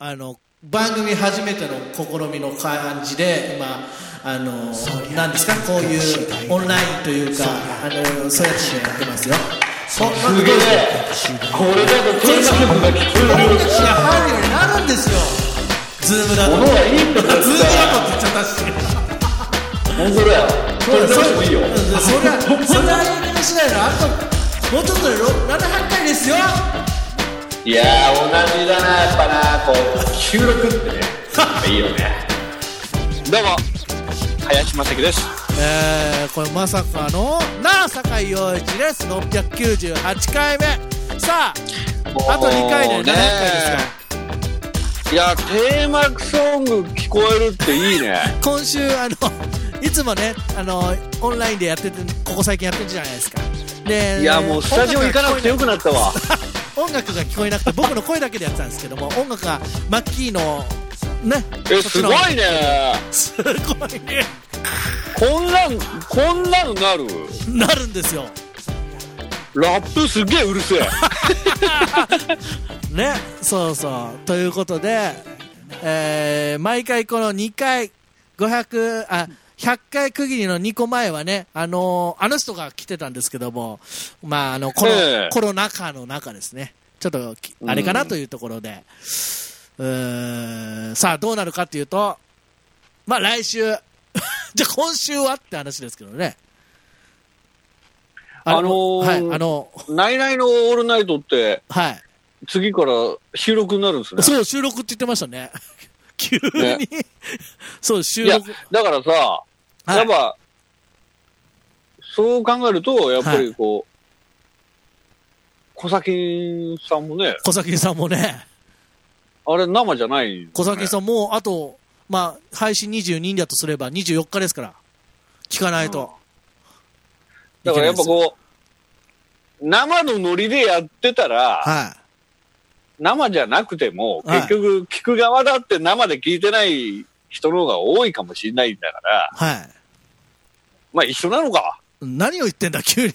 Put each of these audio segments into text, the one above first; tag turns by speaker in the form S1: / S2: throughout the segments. S1: あの番組初めての試みの感じで今あの何ですかこういうオンラインというかあのそういうやつでやってますよ。そんな
S2: すげえこれだとどんな曲が聞こえる
S1: 僕たちが入るようになるんですよ。ズームだと。
S2: 物はいいんだよ
S1: ズームだとって言っちゃったし。
S2: 本当だよそれ
S1: そ
S2: でもいいよ
S1: それはそれはやりましないの。あともうちょっとで700回ですよ。
S2: いやー同じだなやっぱなこう96ってねいいよね
S3: どうも林正樹です
S1: えー、これまさかのなあ酒井陽一です698回目さああと2回で700回です
S3: ねいやテーマソング聞こえるっていいね
S1: か今週あのいつもねあのオンラインでやっててここ最近やってるじゃないですかで
S3: いやもうスタジオ行かなくてよくなったわ
S1: 音楽が聞こえなくて僕の声だけでやってたんですけども音楽がマッキーのね
S3: えすごいね
S1: すごいね
S3: こんなんこんなのなる
S1: なるんですよ
S3: ラップすげえうるせえ
S1: ねそうそうということで、えー毎回この2回500あ100回区切りの2個前はね、あのーあの人が来てたんですけども、まあ、あの、コロ、
S3: ええ
S1: コロナ禍の中ですね。ちょっとき、あれかなというところで。うーん、さあ、どうなるかというと、まあ、来週、 じゃあ今週はって話ですけどね。
S3: あのー
S1: はい、あの、
S3: ナイナイのオールナイトって
S1: はい。
S3: 次から収録になるんですね
S1: そう、収録って言ってました ね。急に、
S3: ね
S1: そう、収
S3: いや
S1: 録。
S3: だからさ、
S1: はい
S3: やっぱそう考えるとやっぱりこう、小崎さんもね
S1: 小崎さんもね、
S3: あれ生じゃない、
S1: 小崎さんもうあと、まあ、配信22だとすれば24日ですから、聞かないと。
S3: だからやっぱ
S1: いけない
S3: こう、生のノリでやってたら、
S1: ですよ
S3: 生じゃなくても、
S1: はい
S3: 結局聞く側だって生で聞いてない人の方が多いかもしれないんだから、
S1: はい。はい。
S3: まあ一緒なのか。
S1: 何を言ってんだ、急に。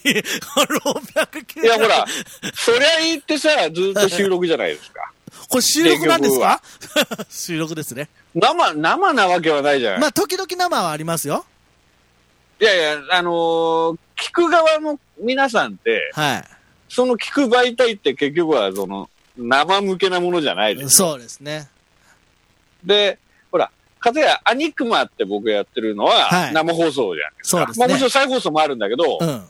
S1: 690
S3: いやほ ら、そりゃ言ってさ、ずっと収録じゃないですか。
S1: これ収録なんですか 収録ですね。
S3: 生、生なわけはないじゃない。
S1: まあ、時々生はありますよ。
S3: いやいや、あのー聞く側の皆さんって、
S1: は
S3: その聞く媒体って結局はその、生向けなものじゃないで
S1: い。
S3: す。
S1: そうですね。
S3: で、ほら、かたやアニクマって僕やってるの
S1: は
S3: はい生放送じゃん。
S1: そうです
S3: まあ、もちろ
S1: ね。
S3: ん再放送もあるんだけど、
S1: う
S3: っ
S1: ん。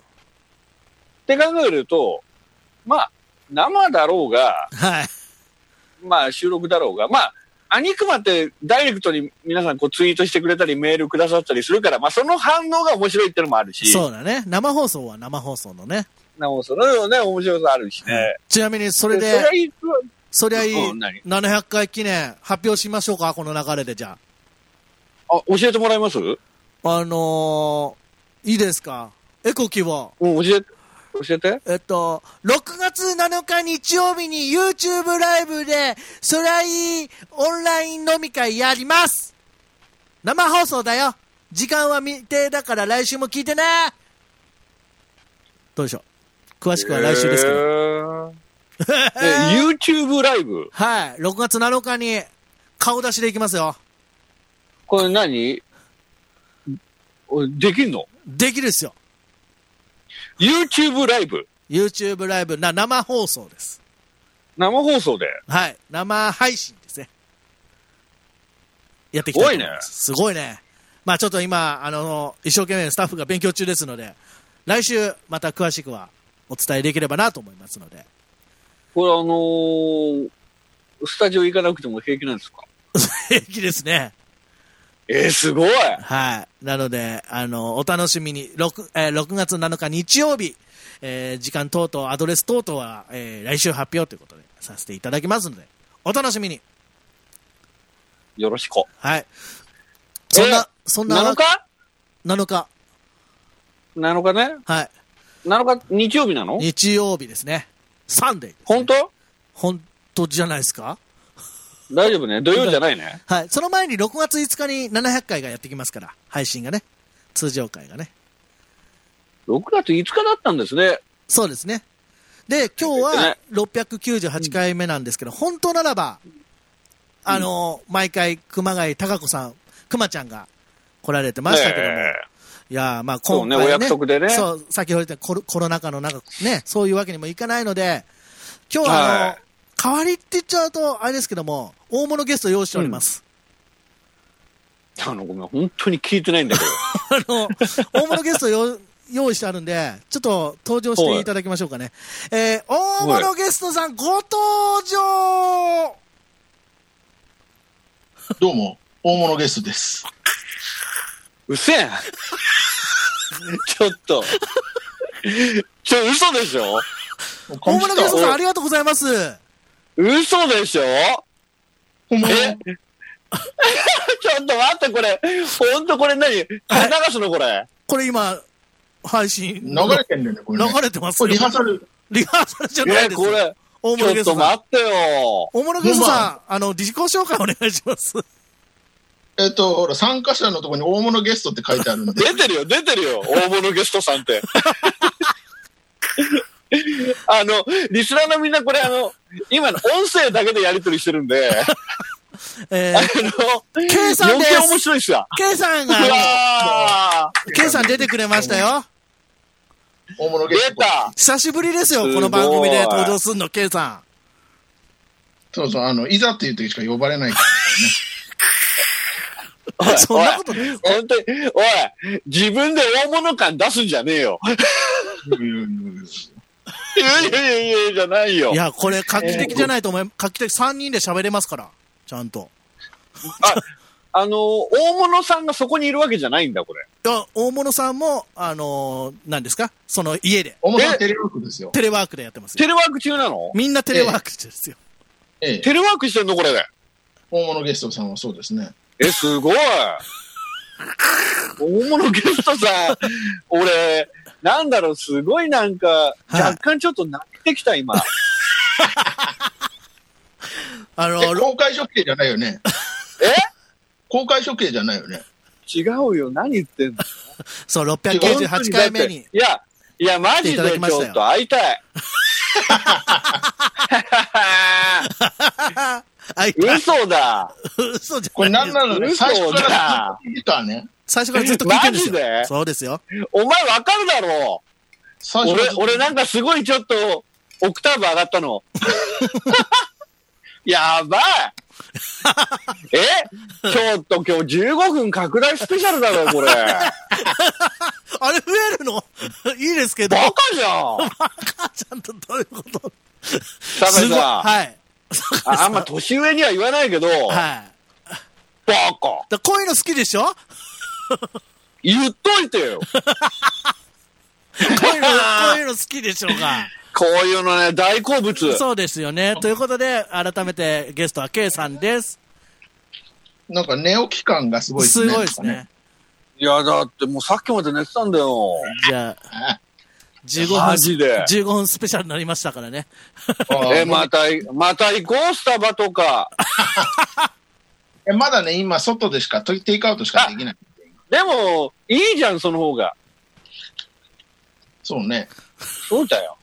S3: て考えると、まあ、生だろうが、
S1: はい。
S3: まあ、収録だろうが、まあ、アニクマってダイレクトに皆さんこうツイートしてくれたりメールくださったりするから、まあ、その反応が面白いってのもあるし、
S1: そうだね。生放送は生放送のね。
S3: 生放送のね、面白さあるしね。
S1: ちなみに、そ
S3: そ
S1: れ
S3: それ
S1: で、
S3: はいい
S1: そりゃいい
S3: うん何
S1: 700回記念発表しましょうか、この流れでじゃ
S3: あ、教えてもらえますうん、
S1: あ。あのー、いいですかエコ希望。
S3: 教えて、教えて。
S1: えっと、6月7日日曜日に YouTube ライブで、そりゃいいオンライン飲み会やります生放送だよ時間は未定だから来週も聞いてねどうでしょう詳しくは来週ですけど。
S3: ど。YouTube ライブ
S1: はい、6月7日に顔出しでいきますよ。
S3: これ何おできんの
S1: できるっすよ。
S3: ?YouTube ライブ
S1: YouTube ライブな生放送です。
S3: 生放送で。
S1: はい。生配信ですね。やっていきたいと思います。すごいね。まあちょっと今、あの、一生懸命スタッフが勉強中ですので、来週また詳しくはお伝えできればなと思いますので。
S3: これあのースタジオ行かなくても平気なんですか
S1: 平気ですね。
S3: えー、すごい
S1: はい。なので、あの、お楽しみに、6, えー6月7日日曜日、えー時間等々、アドレス等々は、えー来週発表ということでさせていただきますので、お楽しみに。
S3: よろしく。
S1: はい。そんな、そんな、
S3: 7日
S1: ?7 日。
S3: ?7 日ね。
S1: はい。
S3: 7日、日曜日なの
S1: 日曜日ですね。サンデー、
S3: 本当
S1: 本当じゃないですか
S3: 大丈夫ね。土曜じゃないね。
S1: はい。その前に6月5日に700回がやってきますから、配信がね。通常回がね。
S3: 6月5日だったんですね。
S1: そうですね。で、今日は698回目なんですけど、本当ならば、あの、毎回、熊谷貴子さん、熊ちゃんが来られてましたけども、
S3: ね
S1: いやーまあ
S3: そう
S1: 今
S3: ね
S1: 回、ね、
S3: お約束でね
S1: そう、先ほど言ったコロコロナ禍の中、ね、そういうわけにもいかないので、今日はあの、
S3: はい
S1: 代わりって言っちゃうと、あれですけども、大物ゲスト用意しております。
S3: あの、ごめん、本当に聞いてないんだけど。
S1: あの、大物ゲスト用用意してあるんで、ちょっと登場していただきましょうかね。えー、大物ゲストさん、ご登場
S4: どうも、大物ゲストです。
S3: うっせえ ちょっと。ちょ、嘘でしょ
S1: 大物ゲスト
S3: お
S1: さん、ありがとうございます。
S3: 嘘でしょ
S4: ほんまに
S3: えちょっと待って、これ。ほんとこれ何流すのこれ。
S1: これ今、配信。
S4: 流れてんだよね、これ、ね。
S1: 流れてますよ
S4: これリハーサル。
S1: リハーサルじゃない
S3: え、
S1: です
S3: これ。
S1: 大
S3: ち
S1: 物
S3: ょ
S1: ゲ
S3: っ
S1: スト
S3: と
S1: さん
S3: 待。ってよ。
S1: 大物ゲストさん、あの、自己紹介お願いします。
S4: えっ、と、ほら、参加者のところに大物ゲストって書いてあるんで。
S3: 出てるよ、出てるよ。大物ゲストさんって。 あの、リスナーのみんなこれあの、今の音声だけでやりとりしてる んで、
S1: え
S3: あ
S1: ー、
S3: の、
S1: K さん
S3: 余
S1: です
S3: 計面白いっすわ。
S1: K さん
S3: う
S1: が、
S3: わ
S1: K さん出てくれましたよ。
S4: 大物
S3: ー
S4: ゲスト。
S3: 出た
S1: 久しぶりですよ、
S3: すごい
S1: この番組で登場するの、K さ
S4: そうそう、あの、いざっていう時しか呼ばれないか
S3: おい
S1: ん。そんなことないです。
S3: おい本当に、おい、自分で大物感出すんじゃねえよ。
S4: らね。いやいやいやいや
S3: いやいやいやいや、じゃないよ
S1: い。や、これ画期的じゃないと思い、画期的3人で喋れますから、ちゃんと。
S3: あの、大物さんがそこにいるわけじゃないんだ、これ。
S1: いや大物さんも、あのー、何ですかその家で、
S4: 大物さんテレワークですよ。
S1: テレワークでやってますよ
S3: テレワーク中なの
S1: みんなテレワークですよ。
S4: ええ、
S3: テレワークしてんの、これで。
S4: 大物ゲストさんはそうですね。
S3: え、すごい。大物ゲストさん、俺、なんだろう、すごいなんか、
S1: い
S3: 若干ちょっと泣けてきた、今。
S1: あの
S4: え
S1: ー、
S4: 公開処刑じゃないよね。
S3: え
S4: 公開処刑じゃないよね。
S3: 違うよ、何言ってんの
S1: そう、698回目に
S3: い。や、いや、マ
S1: 来てい
S3: ジ
S1: ただ
S3: で
S1: き
S3: ちょ
S1: ましたよ
S3: っと会い たい。
S1: あいた、
S3: 嘘だ。
S1: 嘘じ
S4: こ
S1: ゃ
S4: れ
S1: な
S4: ないん
S1: です。
S4: なら
S3: 嘘だ
S4: 最初からずっと聞いたね。
S1: 最初からずっと聞いてるんです
S3: マジ
S1: よ
S3: で。
S1: そうですよ。
S3: お前わかるだろ
S4: 最
S3: う。
S4: 初から
S3: 俺
S4: ずっ、と
S3: 俺なんかすごいちょっと、オクターブ上がったの。 や ばい。えちょっと今日15分拡大スペシャルだろ、これ。
S1: あれ増えるの いいですけど。
S3: バカじゃん。
S1: 母 ちゃんとどういうこと
S3: サメさん。
S1: はい。
S3: ああんま年上には言わないけど、
S1: はい。
S3: バカ。
S1: だこういうの好きでしょこ
S3: 言っとい てよ。
S1: ういうの、こういうの好きでしょうが。
S3: こういうのね、大好物。
S1: そうですよね。ということで、改めてゲストは K さんです。
S4: なんか寝起き感がすごいです
S1: す
S4: ね。
S1: ごいですね。
S3: いや、だってもうさっきまで寝てたんだよ。
S1: じゃあ、15
S3: マジ
S1: 分、
S3: で
S1: 15分スペシャルになりましたからね。
S4: なんかね。あー
S3: え、また、また行こう、スタバとか。
S4: えまだね、今、外でしか、テイクアウトしかできない。
S3: でも、いいじゃん、その方が。
S4: そうね。
S3: そう だよ。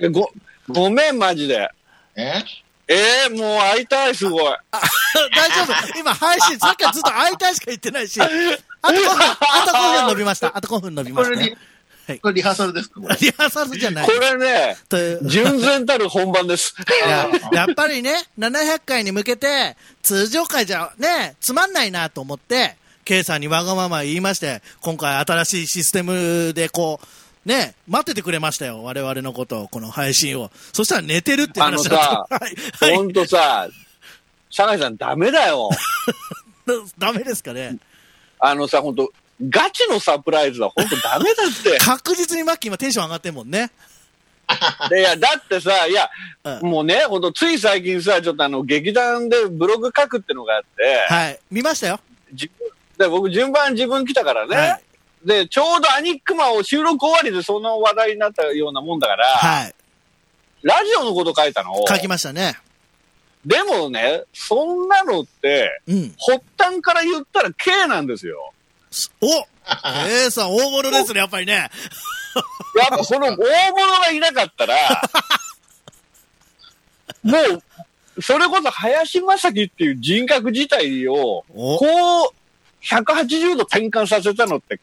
S3: えご、ごめん、マジで。
S4: え
S3: えー、もう会いたい、すごい。
S1: 大丈夫。今配信、さっきはずっと会いたいしか言ってないし、あと5分、あと5分伸びました。あと5分伸び
S4: こ
S1: まし
S4: れ
S1: た、
S4: リ
S1: ね。はい
S4: これリハーサルですかこれ。
S1: リハーサルじゃない
S3: こ。れね、
S1: という
S3: 純然たる本番です。
S1: いややっぱりね、700回に向けて、通常回じゃね、つまんないなと思って、K さんにわがまま言いまして、今回新しいシステムでこう、ね、待っててくれましたよ。我々のことを、この配信を。そしたら寝てるっていう話だった。はい。
S3: ほ
S1: はい
S3: んとさ、酒井さんダメだよ。
S1: ダメですかね。
S3: あのさ、ほんと、ガチのサプライズはほんとダメ だって。
S1: 確実にマッキー今テンション上がってんもんね。
S3: でいや、だってさ、いや、
S1: うん
S3: もうね、ほんと、つい最近さ、ちょっとあの、劇団でブログ書くってのがあって、
S1: はい。見ましたよ。
S3: 自分で僕、順番自分来たからね、
S1: はい
S3: で、ちょうどアニックマを収録終わりでその話題になったようなもんだから、
S1: はい。
S3: ラジオのこと書いたの。
S1: 書きましたね。
S3: でもね、そんなのって、
S1: うん。
S3: 発端から言ったら K なんですよ。
S1: お !K さん大物ですね、やっぱりね。
S3: やっ ぱこの大物がいなかったら、もう、それこそ林正樹っていう人格自体を、
S1: お
S3: こう、180度転換させたのって、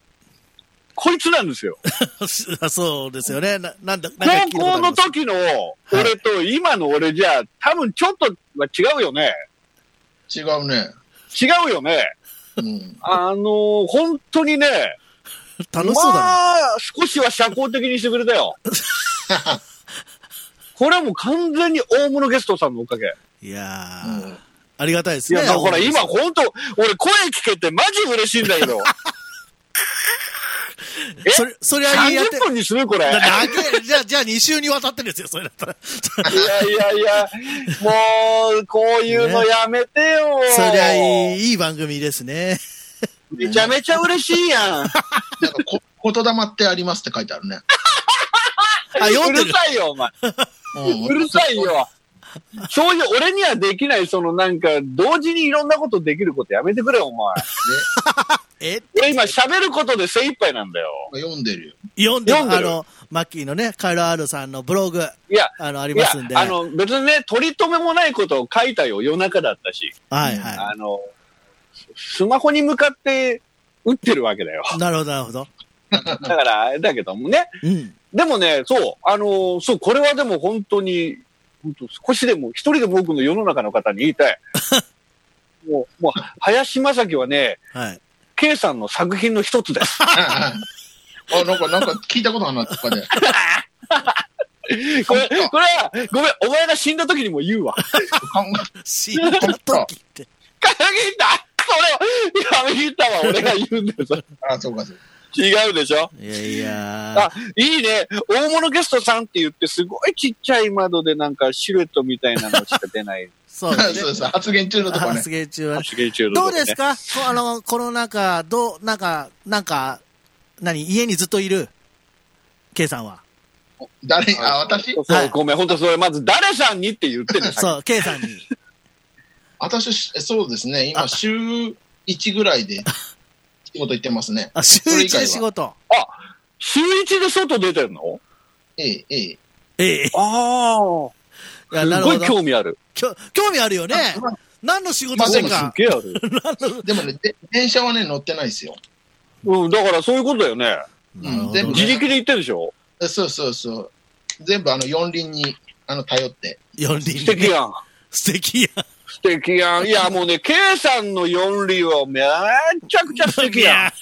S3: こいつなんですよ。
S1: そうですよね。ななんだ、なん
S3: 高
S1: か聞いたことあり
S3: 校
S1: ま
S3: の
S1: す
S3: 時の俺と今の俺じゃ、多分ちょっとは違うよね。
S4: 違うね。
S3: 違うよね。
S4: うん。
S3: あのー本当にね、
S1: 楽しそうだな。
S3: まあ、少しは社交的にしてくれ たよ。これはもう完全に大物ゲストさんのおかげ。
S1: いや
S4: う
S1: ー、
S4: ん
S1: ありがたいです
S3: い
S1: ね。
S3: や、だから今
S1: 本
S3: 本当、俺声聞けてマジ嬉しいんだけど。
S1: 当にそれ、それはいいやって
S3: 30。分にするこれ。い
S1: だ
S3: や
S1: 長いじゃあ、じゃあ2週にわたってですよ、それだったら。
S3: いやいや、もう、こういうのやめてよ。
S1: そりゃいい、いい番組ですね。
S3: めちゃめちゃ嬉しいやん。
S4: なんかこ、言霊ってありますって書いてあるね。
S1: あ、読ん
S3: う
S1: で
S3: る
S1: る。
S3: さいよ、お前。
S4: うん
S3: うるさいよ。そういう、俺にはできない、そのなんか、同時にいろんなことできることやめてくれよ、お前。
S1: え、
S3: 俺今喋ることで精一杯なんだよ。
S4: 読んでるよ。
S1: 読んでる
S3: 読んで
S1: あ
S3: る
S1: の、マッキーのね、カイロアールさんのブログ、
S3: いや、
S1: あの、あり
S3: い
S1: ま
S3: や
S1: すんで。、
S3: あの、別にね、取り留めもないことを書いたよ、夜中だったし。
S1: はいは
S3: あの、スマホに向かって打ってるわけ だよ。
S1: い。なるほど、なるほど。
S3: だから、あれだけどもね。
S1: うん。
S3: でもね、そう、あの、そう、これはでも本当に、本当少しでも、一人でも多くの世の中の方に言いた い。もう、もう、林正樹はね、
S1: はい。
S3: K さんの作品の一つです。
S4: あ、なんか、なんか聞いたことあるな、とかで。
S3: これ、これは、ごめん、お前が死んだ時にも言うわ。
S4: 考え
S1: 死んだ時って。
S3: 限ったそれを、いや、言ったわ、俺が言うんだよ、それ
S4: あ、そうか、そうか。
S3: 違うでしょ
S1: いやいや
S3: あ、いいね。大物ゲストさんって言って、すごいちっちゃい窓でなんかシルエットみたいなのしか出 ない。
S1: そうです
S4: そう
S1: ね。
S4: です。発言中のとこね
S1: 発。言中はね。
S3: 発言中のと
S1: ど
S3: こ
S1: う
S3: ね
S1: ですかこあの、コロナ禍、どう、なんか、なんか、何、家にずっといる ?K さんは。
S4: 誰、あ、私
S3: そうそう
S1: はい
S3: ごめん、本当それ、まず誰さんにって言ってるんです
S1: そう、K さ んに。
S4: 私、しそうですね。
S1: あ
S4: 今、週1ぐらいで仕事行ってますね。
S1: あ、週一で仕事。
S3: 週一で外出てるの
S4: ええ、ええ。
S1: ええ。い
S3: あ
S1: や、
S3: あ。
S1: なる
S3: すご
S1: ほ
S3: い
S1: ど。
S3: 興味ある。
S1: きょ興味あるよね。
S4: まあ
S1: 何の仕事して
S4: そ
S1: ん
S4: う
S3: すっ
S1: か。
S3: げえある。
S4: でもね、で電車はね、乗ってないですよ。
S3: うん、だからそういうことだよね。
S1: なるほど
S4: 全部
S3: 自力で言ってるでしょ
S4: えそうそうそう。全部あの四輪にあの頼って。
S1: 四
S3: 素
S1: 輪、
S3: 敵
S1: ね。
S3: やん。
S1: 素敵や。
S3: 素敵 やん。いや、もうね、K さんの四輪はめちゃくちゃ素敵や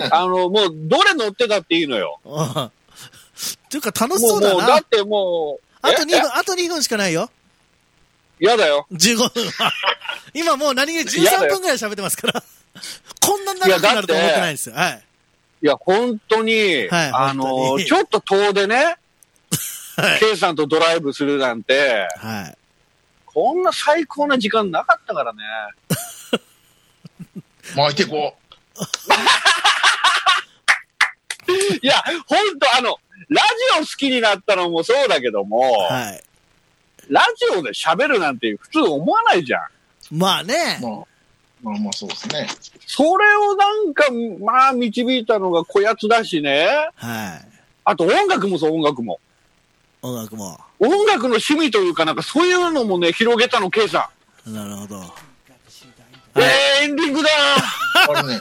S3: ん。あの、もう、どれ乗ってたっていいのよ。
S1: うん。っていうか楽し
S3: も、
S1: そうう
S3: も
S1: だ
S3: う、だ
S1: な。
S3: ってもう、
S1: あと2
S3: え
S1: 分、あと2分しかないよ。
S3: えやだよ。
S1: 15分は。今もう何気に
S3: いや
S1: 13
S3: だよ
S1: 分ぐらい喋ってますから。こんな長くなると思ってないんですよ。はい。
S3: いや、本当に、
S1: はい
S3: あ
S1: 本当
S3: の、
S1: に
S3: ちょっと遠出ね、
S1: はい
S3: K さんとドライブするなんて、
S1: はい。
S3: こんな最高な時間なかったからね。
S4: 巻いてこ
S3: いや、本当あの、ラジオ好きになったのもそうだけども、
S1: はい。
S3: ラジオで喋るなんて普通思わないじゃん。
S1: まあ
S4: う。
S1: ね。
S4: まあ、まあまあそうですね。
S3: それをなんか、まあ、導いたのがこやつだしね。
S1: はい。
S3: あと音楽もそう、音楽も。
S1: 音楽も。
S3: 音楽の趣味というかなんかそういうのもね、広げたの、K さ
S1: なるほど。
S3: ん。えー、エンディングだ
S4: あれね、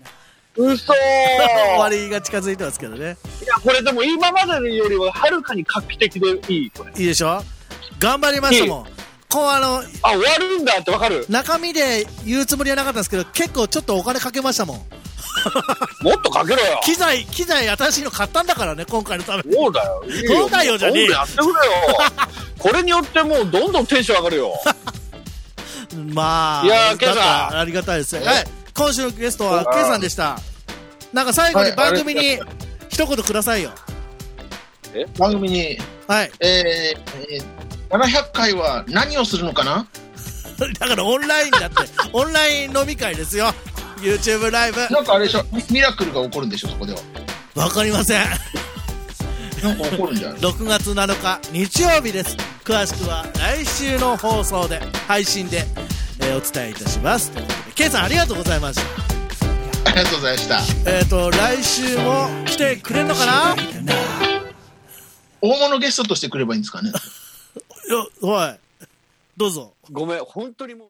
S3: 嘘
S1: 終わりが近づいてますけどね。
S3: いや、これでも今までよりははるかに画期的でいい、これ。
S1: いいでしょ頑張りましたもん。こうあの、
S3: あ、終わるんだってわかる。
S1: 中身で言うつもりはなかったんですけど、結構ちょっとお金かけましたもん。
S3: もっとかけろよ。
S1: 機材、機材新しいの買ったんだからね、今回のために。
S3: そうだよ。いい
S1: そうだよじゃねえよ
S3: どんどんやってくれよ。これによってもうどんどんテンション上がるよ。
S1: まあ、
S3: いや
S1: だ
S3: ー
S1: ったら
S3: ケイさ
S1: ありがたいですね。はい、今週のゲストはケイさんでした。なんか最後に番組に一言くださいよ。
S4: 番組に、
S1: はい。
S4: えー、えー700回は何をするのかな
S1: だからオンラインだ って、オンライン飲み会ですよ。YouTube ライブ。
S4: なんかあれでしょ、ミミラクルが起こるんでしょ、そこでは。
S1: わかりません。
S4: なんか起こるんじゃない
S1: 6月7日日曜日です詳しくは来週の放送で配信で、えーお伝えいたしますということでケイさんありがとうございまし
S4: ありがとうございました。
S1: たえっ、と来週も来てくれるのかない
S4: 大物ゲストとしてくればいいんですかね。
S1: やおいどうぞ。
S3: ごめん、本当にもう。